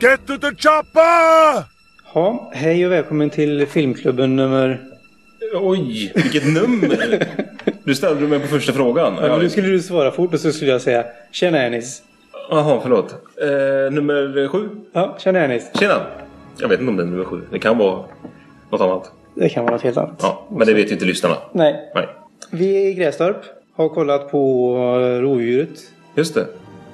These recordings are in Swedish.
Get to the chopper! Ja, hej och välkommen till filmklubben nummer... Oj, vilket nummer! Du ställde du mig på första frågan. Ja, men nu Jaha, skulle du svara fort och så skulle jag säga Tjena Anis. förlåt. Eh, nummer sju. Ja, tjena Anis. Tjena! Jag vet inte om det är nummer sju. Det kan vara något annat. Det kan vara något helt annat. Ja, men det vet ju inte lyssnarna. Nej. Nej, Vi är i Grästorp. Har kollat på eh, rovdjuret. just det.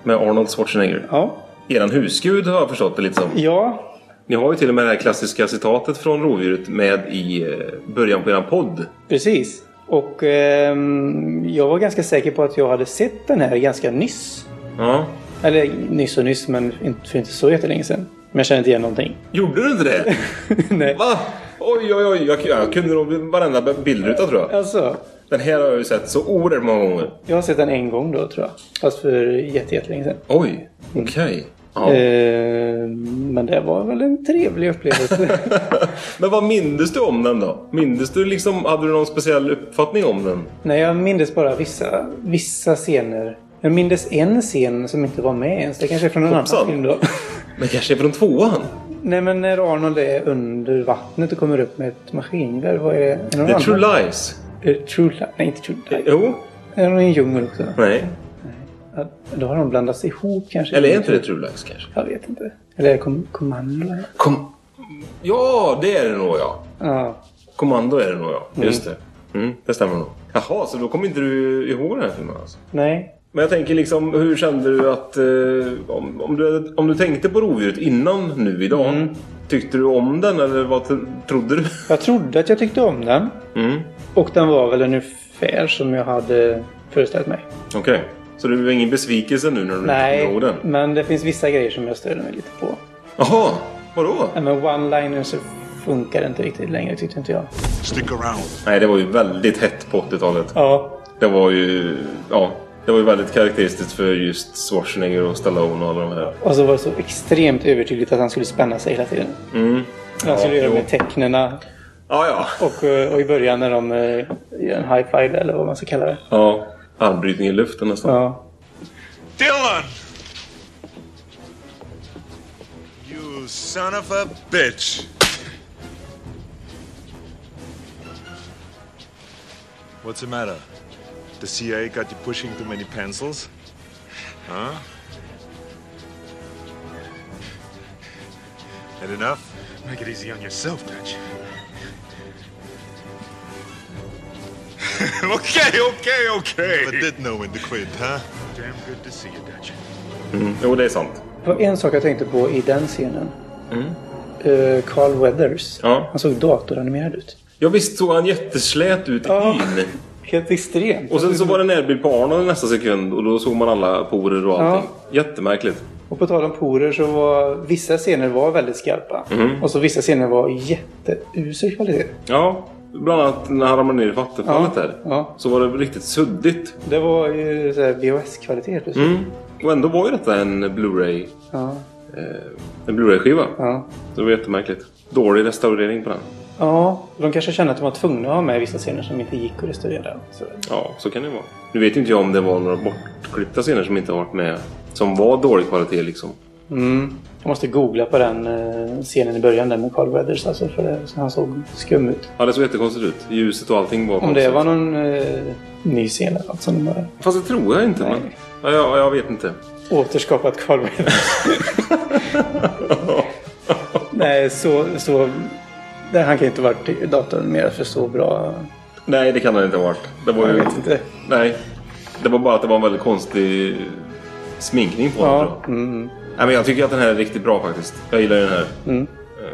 Med Arnold Schwarzenegger. Ja. Eran husgud har jag förstått det lite som. Ja. Ni har ju till och med det här klassiska citatet från rovdjuret med i eh, början på eran podd. Precis. Och ehm, jag var ganska säker på att jag hade sett den här ganska nyss. Ja. Eller nyss och nyss, men inte- för inte så jättelänge sedan. Men jag känner inte igen någonting. Gjorde du inte det? Nej. Va? Oj, oj, oj. Jag, jag kunde nog varenda bildruta tror jag. Alltså, Den här har jag ju sett så oerhört många gånger. jag har sett den en gång då tror jag. Fast för jätte, jättelänge sedan. Oj, okej. Ja. Ehm, men det var väl en trevlig upplevelse. Men vad mindes du om den då? Mindes du liksom, hade du någon speciell uppfattning om den? Nej, jag mindes bara vissa, vissa scener. Jag mindes en scen som inte var med ens. Det kanske är från en Hoppsan. annan film då. Men kanske från tvåan? Nej, men när Arnold är under vattnet och kommer upp med ett maskingevär. Vad är det? Är det någon The annan? True Lies? Eh, True Life. Nej, inte True Life. Eh, Jo? Är de i en djungel också? Nej. Ja, Då har de blandats ihop kanske. Eller är inte det True Lies kanske? Jag vet inte. Eller är det kom kommando? Kom... Ja, det är det nog ja. Ja. Kommando är det nog ja. Just det. Mm, det stämmer nog. Jaha, så då kommer inte du ihåg den här filmen alltså? Nej. Men jag tänker liksom, hur kände du att... Eh, om, om, du, om du tänkte på rovdjuret innan nu idag. Tyckte du om den eller vad t- trodde du? Jag trodde att jag tyckte om den. Mm. Och den var väl ungefär som jag hade föreställt mig. Okej. Så du är ingen besvikelse nu när du Nej, kommer ihåg den? men det finns vissa grejer som jag störde mig lite på. Jaha, vadå? Nej, men one-liners funkar inte riktigt längre tyckte inte jag. Stick around. Nej, det var ju väldigt hett på 80-talet. Ja. Det var ju... Ja. Det var ju väldigt karaktäristiskt för just Schwarzenegger och Stallone och alla de här. Och så var det så extremt övertydligt att han skulle spänna sig hela tiden. Mm. Han skulle Ja, göra jo. med tecknena Ja, ja. och, eh, och i början när de eh, gör en high five eller vad man ska kalla det. Ja. Armbrytning i luften nästan. Ja. Dylan! You son of a bitch. What's the matter? The CIA got you pushing too many pencils? Huh? Had enough? Make it easy on yourself, bitch. okay, okay, okay. Never did know when to quit, huh? Damn good to see you, Dutch. Mm. Jo, det är sant. Det var en sak jag tänkte på i den scenen. Eh, Carl Weathers. Mm. Ja. Han såg datoranimerad ut. Ja, visst såg han jätteslät ut i Ja. hyn. Helt extremt. Och sen så var det närbild på Arnold i nästa sekund och då såg man alla porer och allting. Jättemärkligt. Och på tal om porer så var vissa scener var väldigt skarpa. Och så vissa scener var jätteusel kvalitet. Ja, bland annat när han ramlade ner i vattenfallet Ja, där. ja. Så var det riktigt suddigt. Det var ju så här VHS-kvalitet plötsligt. Mm. Och ändå var ju detta en Blu-ray. Ja, En Blu-ray-skiva. ja. Det var jättemärkligt. Dålig restaurering på den. ja, de kanske kände att de var tvungna att ha med vissa scener som inte gick att restaurera. Så. Ja, så kan det vara. Nu vet ju inte jag om det var några bortklippta scener som inte har varit med. Som var dålig kvalitet liksom. Mm. Jag måste googla på den eh, scenen i början där med Carl Weathers. Alltså, för det, han såg skum ut. Ja, det såg jättekonstigt ut. Ljuset och allting var Om konstigt. det var någon eh, ny scen eller något som de har Fast det tror jag inte. Nej. Men... Ja, jag, jag vet inte. återskapat Carl Weathers. Nej, så... så nej, han kan ju inte ha varit i datorn mer för så bra. Nej, det kan det inte ha varit. Det var Jag ju... vet inte. Nej. Det var bara att det var en väldigt konstig sminkning på den. tror Ja. jag. Mm. Nej, men jag tycker att den här är riktigt bra faktiskt. Jag gillar ju den här. Mm. Eh,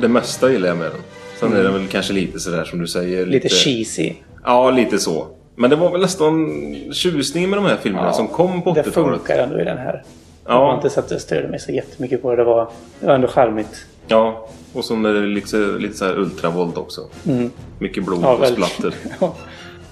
Det mesta gillar jag med den. Sen är den väl kanske lite sådär som du säger. Lite cheesy. Ja, lite så. Men det var väl nästan tjusningen med de här filmerna Ja. som kom på Det 80-talet. funkar ändå i den här. Jag har Ja, inte satt och störde mig så jättemycket på det. Det var, det var ändå charmigt. ja, och som är det lite, lite så här ultravåld också. Mycket blod Mm. Ja, och väldigt. splatter. Ja.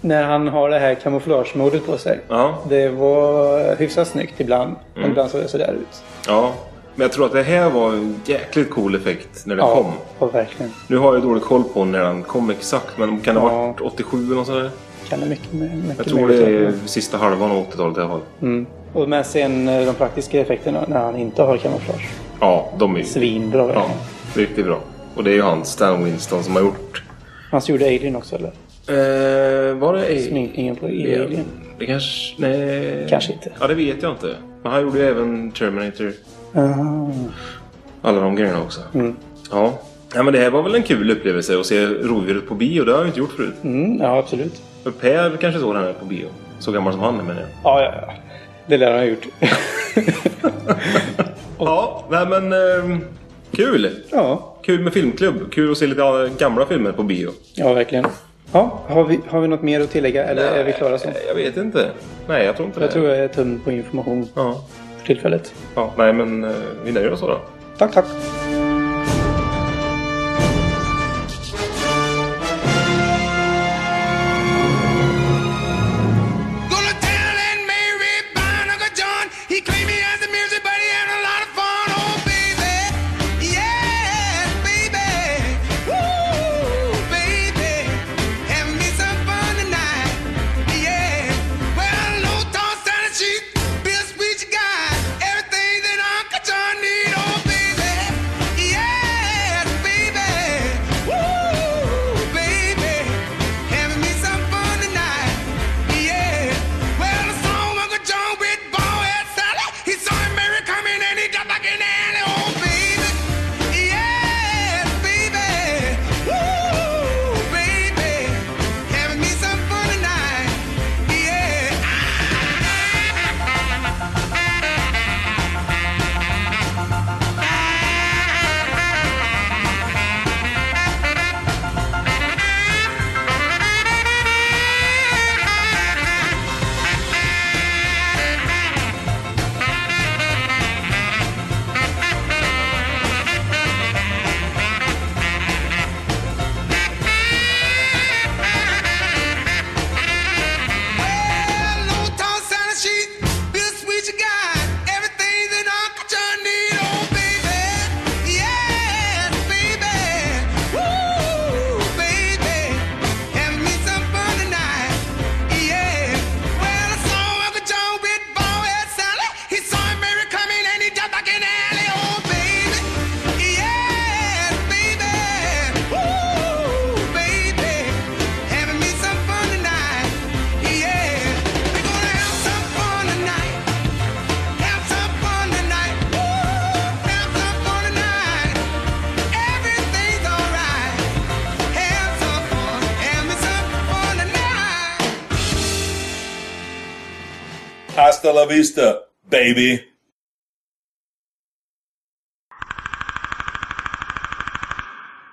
När han har det här kamouflagemodet på sig. Ja. Mm. Det var hyfsat snyggt ibland. Men ibland såg det sådär ut. ja, men jag tror att det här var en jäkligt cool effekt när det kom. Ja, ja, verkligen. Nu har jag dålig koll på när den kom exakt, men kan det ha Ja. varit 87 eller något sånt där? Kan det mycket, mycket Jag tror det är sista halvan av 80-talet i alla fall. Mm. Och men sen eh, de praktiska effekterna när han inte har kamouflage. Ja, de är ju... Svinbra. Ja, verkligen. riktigt bra. Och det är ju han, Stan Winston, som har gjort... Han som gjorde Alien också eller? Eh, var det A- Sminkningen på Alien. Det kanske... Nej. Kanske inte. Ja, det vet jag inte. Men han gjorde ju även Terminator. Ah, Alla de grejerna också. Mm. Ja. ja. men det här var väl en kul upplevelse att se rovdjuret på bio. Det har jag inte gjort förut. mm, ja, absolut. För Per kanske såg den här på bio. Så gammal som han är menar jag. Ja, ja, ja. Det lär han ha gjort. Ja, nej men... ehm, kul! ja. Kul med filmklubb. Kul att se lite andra gamla filmer på bio. ja, verkligen. Ja, har, vi, har vi något mer att tillägga eller är vi klara så? Eh, Jag vet inte. Nej, jag tror inte Jag det. tror jag är tömd på information Ja. för tillfället. ja. Nej, men eh, vi nöjer oss så då. Tack, tack. Go to town and Mary Bond, Uncle John. He claimed he has the music, but he had a lot of fun. Oh, baby. Yes, baby. Woo, baby. Have me some fun tonight. Yeah. Well, no toss down the cheek. Be a speech guy. Everything that Uncle John need. Oh, baby. Yes, baby. Woo, baby. Having me some fun tonight. Yeah. Well, I saw Uncle John with ball head Sally. He saw Mary coming and he got back in the alley. Oh, baby. Yes, baby. Woo, baby. Having me some fun tonight. Yeah. Well, no toss on the sheet. Be the sweet you got. Everything that Uncle John need. Oh, baby. Yes, baby. Woo, baby. Having me some fun tonight. Yeah. Well, I saw Uncle John with ball head Sally. He saw Mary coming and he jumped like an alley. Oh, baby. Yes, baby. Woo, baby. Having me some fun tonight. Yeah, we're gonna have some fun tonight. Have some fun tonight. Woo, have some fun tonight. Everything's alright. Have some fun. Have me some fun tonight. Hasta la vista, baby.